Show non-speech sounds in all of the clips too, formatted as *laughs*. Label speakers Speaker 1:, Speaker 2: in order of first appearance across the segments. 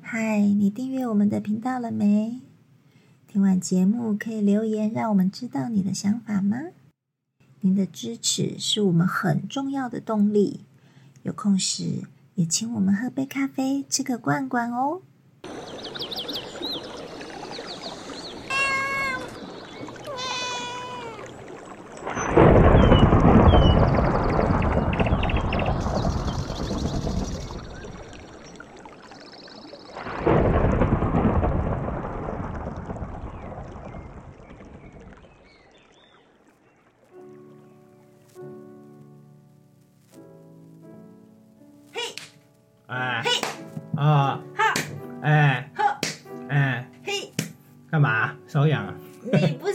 Speaker 1: 嗨，你订阅我们的频道了没？听完节目可以留言，让我们知道你的想法吗？您的支持是我们很重要的动力。有空时也请我们喝杯咖啡，吃个罐罐哦。
Speaker 2: 哎，啊，哎，哎，
Speaker 1: 嘿，
Speaker 2: 干嘛？手痒啊？
Speaker 1: 你不是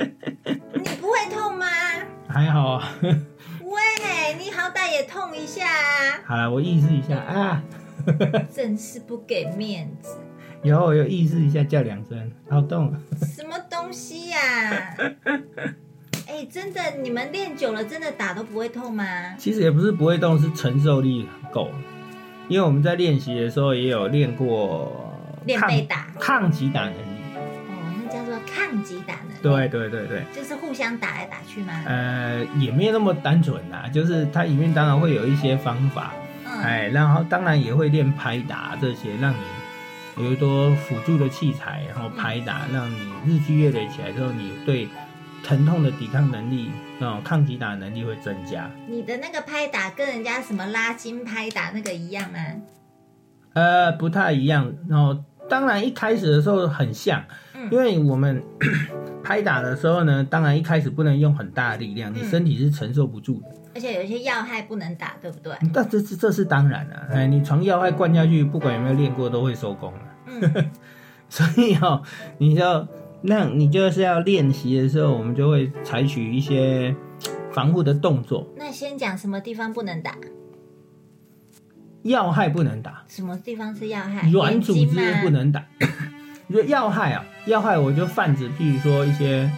Speaker 1: *laughs* 你不会痛吗？
Speaker 2: 还好 *laughs* 啊。
Speaker 1: 喂，你好歹也痛一下啊！
Speaker 2: 好了，我意识一下啊，
Speaker 1: 真是不给面子，
Speaker 2: 有我有意识一下，叫两声，好动。
Speaker 1: 什么东西
Speaker 2: *laughs*
Speaker 1: 呀、哎、真的，你们练久了，真的打都不会痛吗？
Speaker 2: 其实也不是不会动，是承受力够。因为我们在练习的时候也有练过
Speaker 1: 练
Speaker 2: 抗
Speaker 1: 被打
Speaker 2: 抗击打能力。
Speaker 1: 哦，那叫做抗击打呢？，
Speaker 2: 对对对对，
Speaker 1: 就是互相打来打去吗？
Speaker 2: 呃，也没有那么单纯啦，就是它里面当然会有一些方法，
Speaker 1: 嗯，
Speaker 2: 哎，然后当然也会练拍打这些，让你有一多辅助的器材，然后拍打，
Speaker 1: 嗯
Speaker 2: 让你日积月累起来之后，你对疼痛的抵抗能力，那种抗击打能力会增加。
Speaker 1: 你的那个拍打跟人家什么拉筋拍打那个一样吗？
Speaker 2: 呃，不太一样。然后当然一开始的时候很像，
Speaker 1: 嗯
Speaker 2: 因为我们 *coughs* 拍打的时候呢，当然一开始不能用很大的力量，你
Speaker 1: 嗯
Speaker 2: 身体是承受不住的。
Speaker 1: 而且有一些要害不能打，对不对？
Speaker 2: 但这是这是当然了、哎，你从要害灌下去，不管有没有练过，都会收工了、啊 *laughs*
Speaker 1: 嗯，
Speaker 2: 所以哦，你就那你就是要练习的时候，我们就会采取一些防护的动作，
Speaker 1: 那先讲什么地方不能打？
Speaker 2: 要害不能打，
Speaker 1: 什么地方是要害？
Speaker 2: 软
Speaker 1: 哎眼
Speaker 2: 组
Speaker 1: 睛
Speaker 2: 织
Speaker 1: 吗
Speaker 2: 不。能打。你说要害啊，要害我就泛指，譬如说一些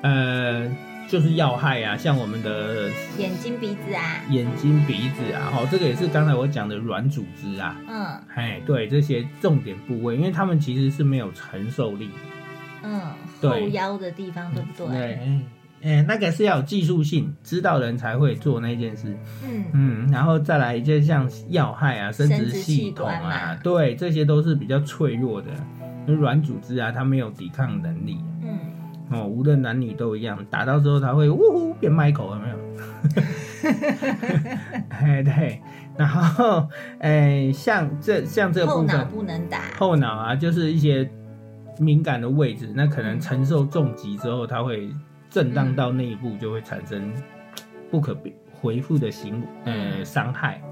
Speaker 2: 呃，就是要害啊，像我们的
Speaker 1: 眼睛、鼻子啊，
Speaker 2: 眼睛、鼻子啊，哈，这个也是刚才我讲的软组织啊。
Speaker 1: 嗯
Speaker 2: 哎，对这些重点部位，因为他们其实是没有承受力的。
Speaker 1: 嗯，
Speaker 2: 对
Speaker 1: 后腰的地方，对不对？
Speaker 2: 对，嗯哎，那个是要有技术性，知道人才会做那件事。
Speaker 1: 嗯，
Speaker 2: 嗯，然后再来就像要害啊、生殖系统
Speaker 1: 生殖器官嘛
Speaker 2: 啊，对，这些都是比较脆弱的软组织啊，它没有抵抗能力
Speaker 1: 嗯，
Speaker 2: 哦，无论男女都一样，打到之后它会呜呼变 Michael 有没有？ *laughs* 哎对，然后哎像这像这个
Speaker 1: 后
Speaker 2: 部
Speaker 1: 脑
Speaker 2: 分
Speaker 1: 不能打。
Speaker 2: 后脑啊，就是一些敏感的位置，那可能承受重击之后，它会震荡到内部，就会产生不可回复的行呃
Speaker 1: 嗯
Speaker 2: 伤害。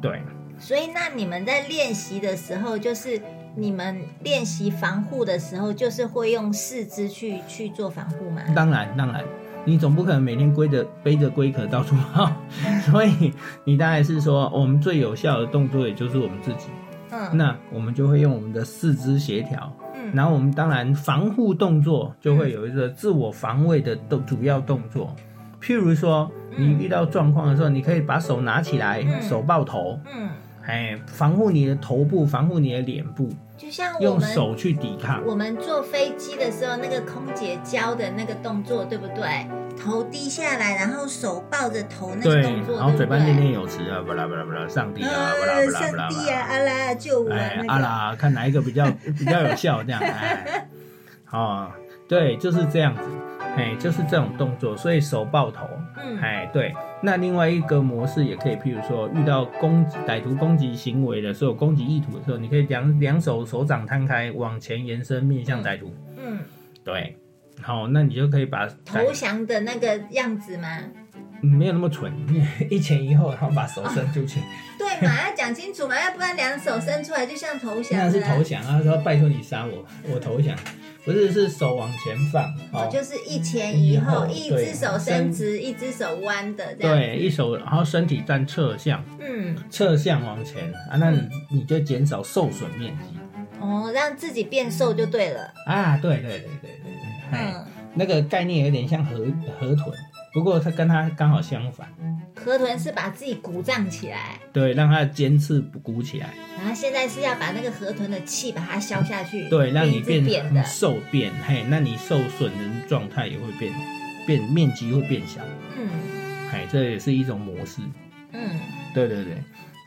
Speaker 2: 对，
Speaker 1: 所以，那你们在练习的时候，就是你们练习防护的时候，就是会用四肢去去做防护吗？
Speaker 2: 当然当然，你总不可能每天背着背着龟壳到处跑，所以你当然是说，哦我们最有效的动作也就是我们自己。
Speaker 1: 嗯
Speaker 2: 那我们就会用我们的四肢协调，
Speaker 1: 嗯
Speaker 2: 然后我们当然防护动作就会有一个自我防卫的动主要动作，譬如说你
Speaker 1: 嗯
Speaker 2: 遇到状况的时候，你可以把手拿起来，
Speaker 1: 嗯
Speaker 2: 手抱头，
Speaker 1: 嗯，
Speaker 2: 哎，防护你的头部，防护你的脸部，
Speaker 1: 就像我
Speaker 2: 用
Speaker 1: 们
Speaker 2: 手去抵抗。
Speaker 1: 我们坐飞机的时候，那个空姐教的那个动作，对不对？头低下来，然后手抱着头那个
Speaker 2: 对
Speaker 1: 动，作，
Speaker 2: 然后嘴巴
Speaker 1: 对
Speaker 2: 念
Speaker 1: 不对
Speaker 2: 念有词啊，巴拉巴拉巴拉，上帝啊，巴拉
Speaker 1: 呃，
Speaker 2: 巴拉巴拉
Speaker 1: 上
Speaker 2: 巴
Speaker 1: 帝啊，
Speaker 2: 拉，
Speaker 1: 阿拉救我啊！
Speaker 2: 哎
Speaker 1: 那，个
Speaker 2: 阿，拉，看哪一个比
Speaker 1: *laughs*
Speaker 2: 较比较有效，这样，哎，哦，对，就是这样子，哎，就是这种动作，所以手抱头，
Speaker 1: 嗯
Speaker 2: 哎，对，那另外一个模式也可以，譬如说遇到攻击歹徒攻击行为的时候，攻击意图的时候，你可以两两手手掌摊开往前延伸，面向歹徒。
Speaker 1: 嗯，
Speaker 2: 对，好，那你就可以把歹
Speaker 1: 投降的那个样子吗？
Speaker 2: 嗯没有那么蠢， *laughs* 一前一后，然后把手伸出
Speaker 1: 哦
Speaker 2: 去，
Speaker 1: 对嘛，要讲清楚嘛，要不然两手伸出来就像投降
Speaker 2: 那
Speaker 1: 了。
Speaker 2: 是投降啊！说拜托你杀我，我投降，不是是手往前放，
Speaker 1: 哦，
Speaker 2: 哦，
Speaker 1: 就是一前一后，
Speaker 2: 一
Speaker 1: 一
Speaker 2: 前一后
Speaker 1: 只手伸直，一只手弯的这样。
Speaker 2: 对，一手然后身体站侧向，
Speaker 1: 嗯，
Speaker 2: 侧向往前啊，那你你就减少受损面积
Speaker 1: 哦，让自己变瘦就对了。
Speaker 2: 啊！对对对对对对，哎。
Speaker 1: 嗯
Speaker 2: 那个概念有点像河河豚，不过它跟它刚好相反。
Speaker 1: 河豚是把自己鼓胀起来，
Speaker 2: 对，让它的尖刺不鼓起来，
Speaker 1: 然后现在是要把那个河豚的气把它消下去，
Speaker 2: 对，让你
Speaker 1: 鼻子变
Speaker 2: 变
Speaker 1: 的
Speaker 2: 很，瘦变，嘿，那你受损的状态也会变，变面积会变小，
Speaker 1: 嗯
Speaker 2: 嘿，这也是一种模式，
Speaker 1: 嗯
Speaker 2: 对对对，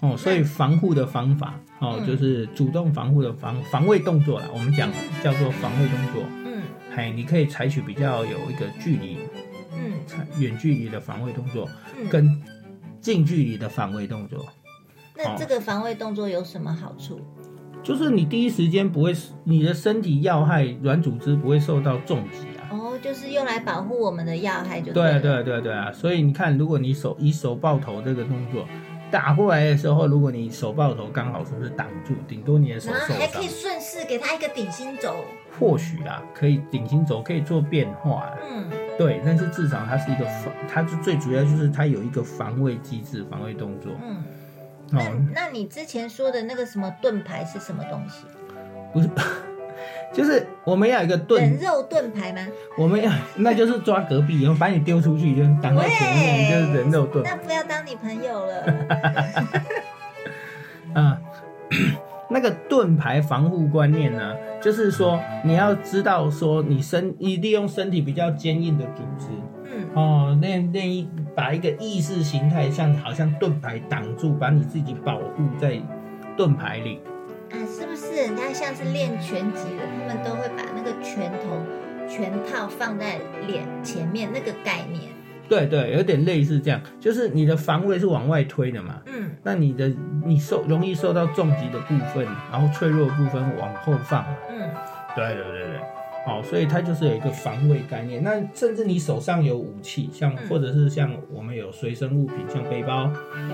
Speaker 2: 哦，所以防护的方法哦，
Speaker 1: 嗯
Speaker 2: 就是主动防护的防防卫动作啦，我们讲叫做防卫动作，
Speaker 1: 嗯
Speaker 2: 嘿，你可以采取比较有一个距离、
Speaker 1: 嗯
Speaker 2: 采远距离的防卫动作，
Speaker 1: 嗯。
Speaker 2: 跟近距离的防卫动作，
Speaker 1: 那这个防卫动作有什么好处？
Speaker 2: 就是你第一时间不会，你的身体要害软组织不会受到重击啊。
Speaker 1: 哦，就是用来保护我们的要害就
Speaker 2: 对
Speaker 1: 了。
Speaker 2: 啊对啊对啊对啊，所以你看，如果你手以手抱头这个动作打过来的时候，如果你手抱头刚好说是挡住，顶多你的手
Speaker 1: 然
Speaker 2: 受
Speaker 1: 后还可
Speaker 2: 伤
Speaker 1: 以，顺势给他一个顶心肘，
Speaker 2: 或许啊可以顶心轴可以做变化啊，
Speaker 1: 嗯
Speaker 2: 对，但是至少它是一个防，它就最主要就是它有一个防卫机制、防卫动作
Speaker 1: 嗯。那
Speaker 2: 哦，
Speaker 1: 那你之前说的那个什么盾牌是什么东西？
Speaker 2: 不是， *laughs* 就是我们要有一个盾
Speaker 1: 人肉盾牌吗？
Speaker 2: 我们要，那就是抓隔壁，然后把你丢出去，就是挡到前
Speaker 1: 喂
Speaker 2: 面，就是人肉盾
Speaker 1: 那不要当你朋友了。
Speaker 2: 啊。 *clears throat* 那个盾牌防护观念呢，就是说你要知道说你身，你利用身体比较坚硬的组织
Speaker 1: 嗯
Speaker 2: 哦，练练一把一个意识形态像好像盾牌挡住，把你自己保护在盾牌里。
Speaker 1: 啊，是不是人家像是练拳击的，他们都会把那个拳头、拳套放在脸前面那个概念？
Speaker 2: 对对，有点类似这样，就是你的防卫是往外推的嘛，
Speaker 1: 嗯
Speaker 2: 那你的你受容易受到重击的部分，然后脆弱的部分往后放嘛。
Speaker 1: 嗯
Speaker 2: 对对对对，哦，所以它就是有一个防卫概念。那甚至你手上有武器，像
Speaker 1: 嗯
Speaker 2: 或者是像我们有随身物品，像背包、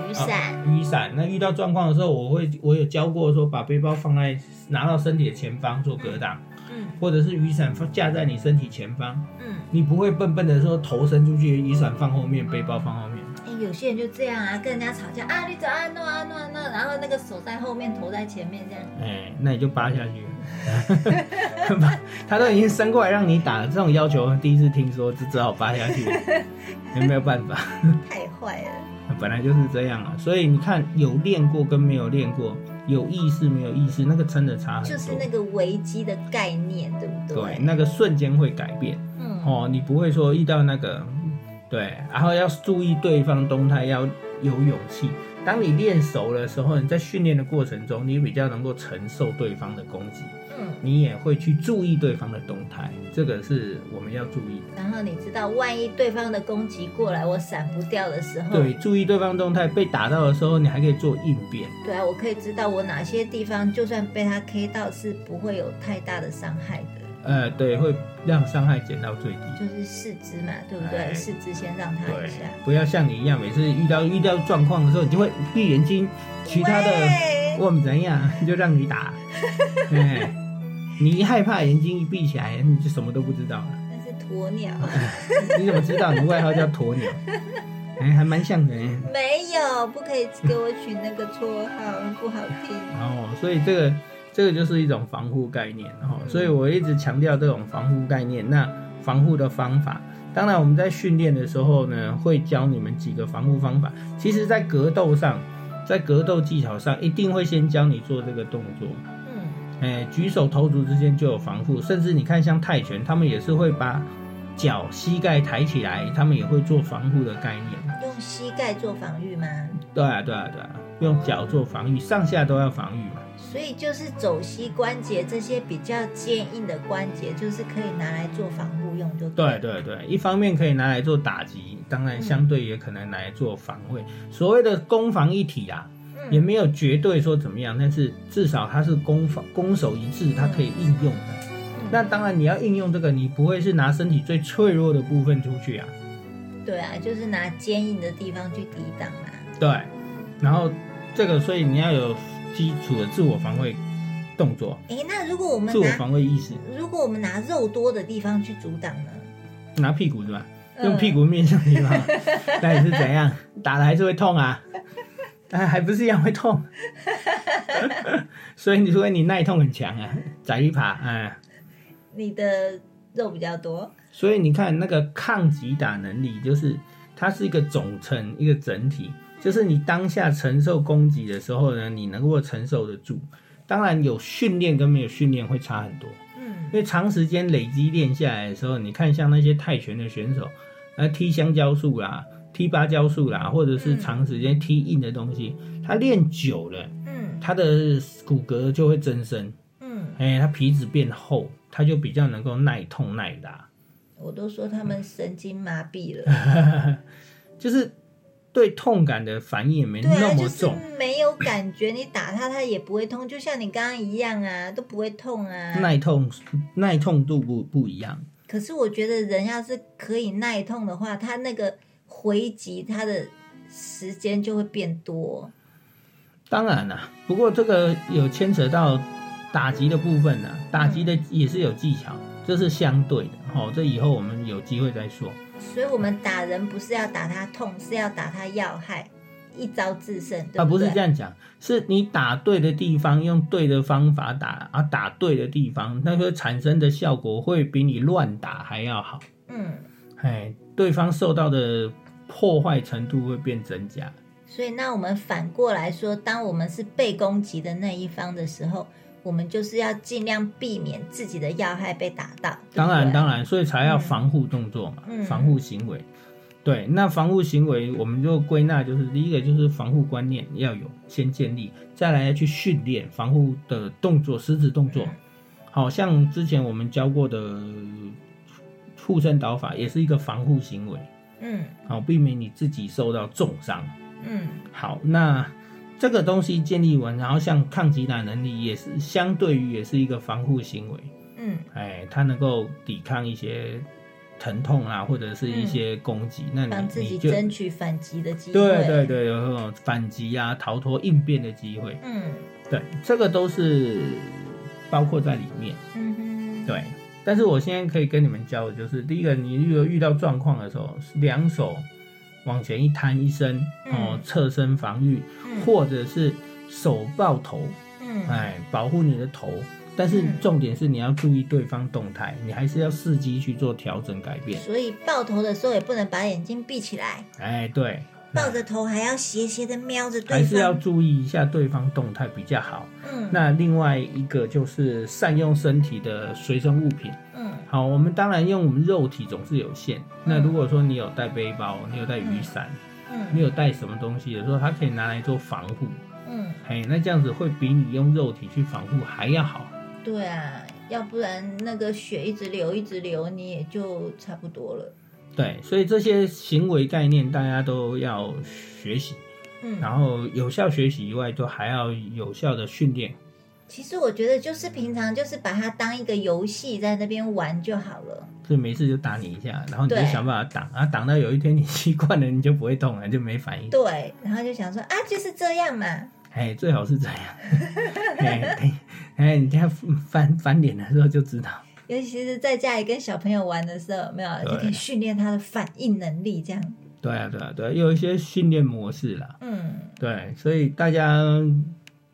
Speaker 1: 雨伞。
Speaker 2: 啊雨伞。那遇到状况的时候，我会我有教过说，把背包放在拿到身体的前方做格挡，
Speaker 1: 嗯
Speaker 2: 或者是雨伞放架在你身体前方，
Speaker 1: 嗯，
Speaker 2: 你不会笨笨的说头伸出去，雨伞放后面，背包放后面。
Speaker 1: 哎、有些人就这样啊，跟人家吵架啊，你走啊，弄啊弄啊弄啊，然后那个手在后面，头在前面这样。
Speaker 2: 哎、那你就扒下去。 *laughs* 他都已经伸过来让你打了，这种要求第一次听说，就只好扒下去了，也没有办法。
Speaker 1: 太坏了。
Speaker 2: 本来就是这样啊，所以你看，有练过跟没有练过，有意识没有意识，那个真的差很多。
Speaker 1: 就是那个危机的概念，对不对？
Speaker 2: 对，那个瞬间会改变
Speaker 1: 嗯
Speaker 2: 哦，你不会说遇到那个对，然后要注意对方动态，要有勇气。当你练熟的时候，你在训练的过程中，你比较能够承受对方的攻击，
Speaker 1: 嗯。
Speaker 2: 你也会去注意对方的动态，这个是我们要注意的。
Speaker 1: 然后你知道，万一对方的攻击过来，我闪不掉的时候，
Speaker 2: 对，注意对方动态，被打到的时候，你还可以做应变。
Speaker 1: 对啊，我可以知道我哪些地方，就算被他 K 到，是不会有太大的伤害的，
Speaker 2: 呃，对，会让伤害减到最低。
Speaker 1: 就是四肢嘛，对不对？
Speaker 2: 哎
Speaker 1: 四肢先让他一下。
Speaker 2: 不要像你一样，每次遇到遇到状况的时候，你就会闭眼睛，其他的
Speaker 1: 喂
Speaker 2: 我们怎样就让你打。哎，你一害怕，眼睛一闭起来，你就什么都不知道了。
Speaker 1: 那是鸵鸟，
Speaker 2: 你怎么知道你外号叫鸵鸟？哎，还蛮像的。哎
Speaker 1: 没有，不可以给我取那个绰号，不好听。
Speaker 2: 哦，所以这个这个就是一种防护概念哦，所以我一直强调这种防护概念。那防护的方法，当然我们在训练的时候呢，会教你们几个防护方法。其实，在格斗上，在格斗技巧上，一定会先教你做这个动作。
Speaker 1: 嗯
Speaker 2: 哎，举手投足之间就有防护，甚至你看像泰拳，他们也是会把脚膝盖抬起来，他们也会做防护的概念。
Speaker 1: 用膝盖做防御吗？
Speaker 2: 对啊，对啊，对啊，用脚做防御，上下都要防御嘛。
Speaker 1: 所以就是肘膝关节这些比较坚硬的关节，就是可以拿来做防护用，就
Speaker 2: 对
Speaker 1: 了。
Speaker 2: 对对，一方面可以拿来做打击，当然相对也可能拿来做防卫。所谓的攻防一体啊，也
Speaker 1: 嗯
Speaker 2: 没有绝对说怎么样，但是至少它是攻防攻守一致，它可以应用的。
Speaker 1: 嗯
Speaker 2: 那当然你要应用这个，你不会是拿身体最脆弱的部分出去啊，
Speaker 1: 对啊，就是拿坚硬的地方去抵挡嘛。
Speaker 2: 对。然后这个，所以你要有基础的自我防卫动作、
Speaker 1: 诶，那如果我们
Speaker 2: 自我
Speaker 1: 拿
Speaker 2: 防卫意识，
Speaker 1: 如果我们拿肉多的地方去阻挡呢？
Speaker 2: 拿屁股是吧？
Speaker 1: 嗯
Speaker 2: 用屁股面向你吗？那你是怎样？打了还是会痛啊？但还不是一样会痛，所以你说你耐痛很强啊，宰一耙哎，
Speaker 1: 呃你的肉比较多，
Speaker 2: 所以你看那个抗击打能力，就是它是一个总称，一个整体，就是你当下承受攻击的时候呢，你能够承受得住。当然有训练跟没有训练会差很多，
Speaker 1: 嗯
Speaker 2: 因为长时间累积练下来的时候，你看像那些泰拳的选手，呃，踢香蕉树啦，踢芭蕉树啦，或者是
Speaker 1: 嗯
Speaker 2: 长时间踢硬的东西，他练久了，
Speaker 1: 嗯
Speaker 2: 他的骨骼就会增生，
Speaker 1: 嗯，
Speaker 2: 哎、他皮质变厚，他就比较能够耐痛耐打。
Speaker 1: 我都说他们神经麻痹
Speaker 2: *laughs*
Speaker 1: 了，
Speaker 2: 就是对痛感的反应也没
Speaker 1: 对啊，
Speaker 2: 那
Speaker 1: 就
Speaker 2: 么
Speaker 1: 是
Speaker 2: 重。
Speaker 1: 没有感觉，你打他他也不会痛，就像你刚刚一样啊，都不会痛啊。
Speaker 2: 耐痛耐痛度不不一样，
Speaker 1: 可是我觉得人要是可以耐痛的话，他那个回击他的时间就会变多。
Speaker 2: 当然啦、不过这个有牵扯到打击的部分呢、打击的也是有技巧，这是相对的。好、这以后我们有机会再说。
Speaker 1: 所以我们打人不是要打他痛，是要打他要害，一招制胜，对
Speaker 2: 啊，
Speaker 1: 不
Speaker 2: 不
Speaker 1: 对？
Speaker 2: 是这样讲，是你打对的地方，用对的方法打啊，打对的地方，那个产生的效果会比你乱打还要好。
Speaker 1: 嗯，
Speaker 2: 哎，对方受到的破坏程度会变增加。
Speaker 1: 所以那我们反过来说，当我们是被攻击的那一方的时候，我们就是要尽量避免自己的要害被打到。对不对
Speaker 2: 当然，当然，所以才要防护动作嘛，
Speaker 1: 嗯
Speaker 2: 防护行为。对，那防护行为我们就归纳就是第一个就是防护观念要有先建立，再来去训练防护的动作、实质动作。
Speaker 1: 嗯
Speaker 2: 好像之前我们教过的呃护身导法也是一个防护行为，
Speaker 1: 嗯
Speaker 2: 好避免你自己受到重伤。
Speaker 1: 嗯
Speaker 2: 好，那这个东西建立完，然后像抗击打能力也是相对于也是一个防护行为。
Speaker 1: 嗯
Speaker 2: 哎，它能够抵抗一些疼痛啊，或者是一些攻击，那
Speaker 1: 帮
Speaker 2: 你
Speaker 1: 嗯自己
Speaker 2: 你就
Speaker 1: 争取反击的机会。
Speaker 2: 对对，对，有那种反击啊、逃脱应变的机会，
Speaker 1: 嗯
Speaker 2: 对，这个都是包括在里面。
Speaker 1: 嗯哼，
Speaker 2: 对，啊但是我现在可以跟你们教的就是，第一个，你如果遇到状况的时候，两手往前一摊一伸，哦
Speaker 1: 嗯，
Speaker 2: 侧身防御，
Speaker 1: 嗯
Speaker 2: 或者是手抱头，
Speaker 1: 嗯
Speaker 2: 哎，保护你的头。但是
Speaker 1: 嗯
Speaker 2: 重点是你要注意对方动态，你还是要伺机去做调整改变。
Speaker 1: 所以爆头的时候也不能把眼睛闭起来，
Speaker 2: 哎，对，
Speaker 1: 抱着头还要斜斜的瞄着对
Speaker 2: 还是要
Speaker 1: 方。
Speaker 2: 注意一下对方动态比较好。
Speaker 1: 嗯
Speaker 2: 那另外一个就是善用身体的随身物品。
Speaker 1: 嗯
Speaker 2: 好，我们当然用我们肉体总是有限。那如果说你有带背包，你有带雨伞，你
Speaker 1: 嗯
Speaker 2: 有带什么东西的时候，它可以拿来做防护。
Speaker 1: 嗯，
Speaker 2: 哎，那这样子会比你用肉体去防护还要好。
Speaker 1: 对啊，要不然那个血一直流一直流，你也就差不多了。
Speaker 2: 对，所以这些行为概念大家都要学习，
Speaker 1: 嗯，
Speaker 2: 然后有效学习以外，都还要有效的训练。
Speaker 1: 其实我觉得就是平常就是把它当一个游戏在那边玩就好了。
Speaker 2: 所以没事就打你一下，然后你就
Speaker 1: 对
Speaker 2: 想办法挡啊，挡到有一天你 *laughs* 习惯了，你就不会动了，就没反应。
Speaker 1: 对，然后就想说啊，就是这样嘛。
Speaker 2: 哎，最好是这样。哎，对，哎，你等一下翻翻脸的时候就知道。
Speaker 1: 尤其是在家里跟小朋友玩的时候，有没有
Speaker 2: 对
Speaker 1: 就可以训练他的反应能力，这样。
Speaker 2: 对啊，对啊，对啊，有一些训练模式啦。
Speaker 1: 嗯
Speaker 2: 对，所以大家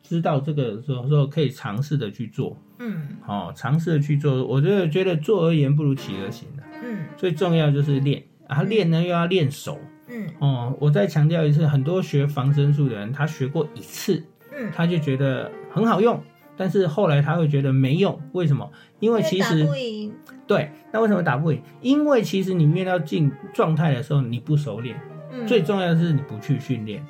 Speaker 2: 知道这个时候时候可以尝试的去做，
Speaker 1: 嗯
Speaker 2: 哦，尝试的去做。我觉得觉得坐而言不如起而行啊。
Speaker 1: 嗯
Speaker 2: 最重要就是练啊，练呢又要练手
Speaker 1: 嗯
Speaker 2: 哦。我再强调一次，很多学防身术的人，他学过一次，
Speaker 1: 嗯，
Speaker 2: 他就觉得很好用，但是后来他会觉得没用，为什么？因为其
Speaker 1: 因
Speaker 2: 实
Speaker 1: 打不赢。
Speaker 2: 对，那为什么打不赢？因为其实你面到进状态的时候，你不熟练，
Speaker 1: 嗯，
Speaker 2: 最重要的是你不去训练。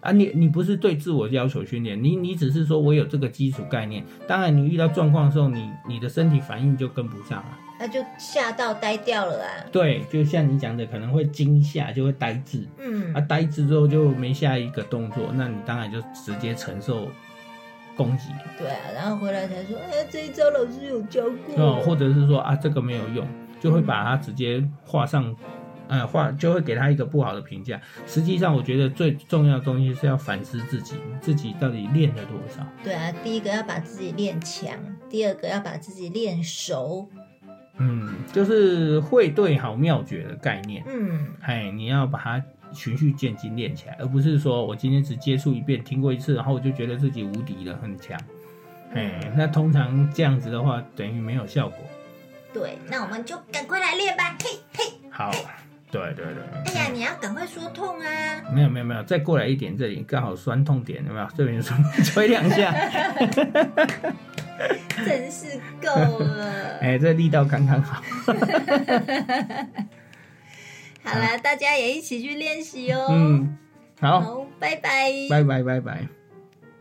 Speaker 2: 啊，你你不是对自我要求训练，你你只是说我有这个基础概念。当然，你遇到状况的时候，你你的身体反应就跟不上了。
Speaker 1: 那就吓到呆掉了啊。
Speaker 2: 对，就像你讲的，可能会惊吓，就会呆滞。
Speaker 1: 嗯
Speaker 2: 啊，呆滞之后就没下一个动作，那你当然就直接承受攻击
Speaker 1: 对啊，然后回来才说，哎，这一招老师有教过。
Speaker 2: 哦，或者是说啊，这个没有用，就会把它直接画上，呃，画就会给他一个不好的评价。实际上，我觉得最重要的东西是要反思自己，自己到底练了多少。
Speaker 1: 对啊，第一个要把自己练强，第二个要把自己练熟。
Speaker 2: 嗯，就是会对好妙诀的概念，
Speaker 1: 嗯
Speaker 2: 哎，你要把它循序渐进练起来，而不是说我今天只接触一遍，听过一次，然后我就觉得自己无敌了，很强。哎，那通常这样子的话，等于没有效果。
Speaker 1: 对，那我们就赶快来练吧，嘿嘿。
Speaker 2: 好，对对对。
Speaker 1: 哎呀，你要赶快说痛 *laughs* 啊！
Speaker 2: 没有没有没有，再过来一点，这里刚好酸痛点，有没有？这边酸 *laughs* 吹两下，
Speaker 1: 真是够了。
Speaker 2: 哎，这力道刚刚好。
Speaker 1: 好啦，大家也一起去练习哦。哦
Speaker 2: 嗯，好，
Speaker 1: 好，拜拜。
Speaker 2: 拜拜拜拜。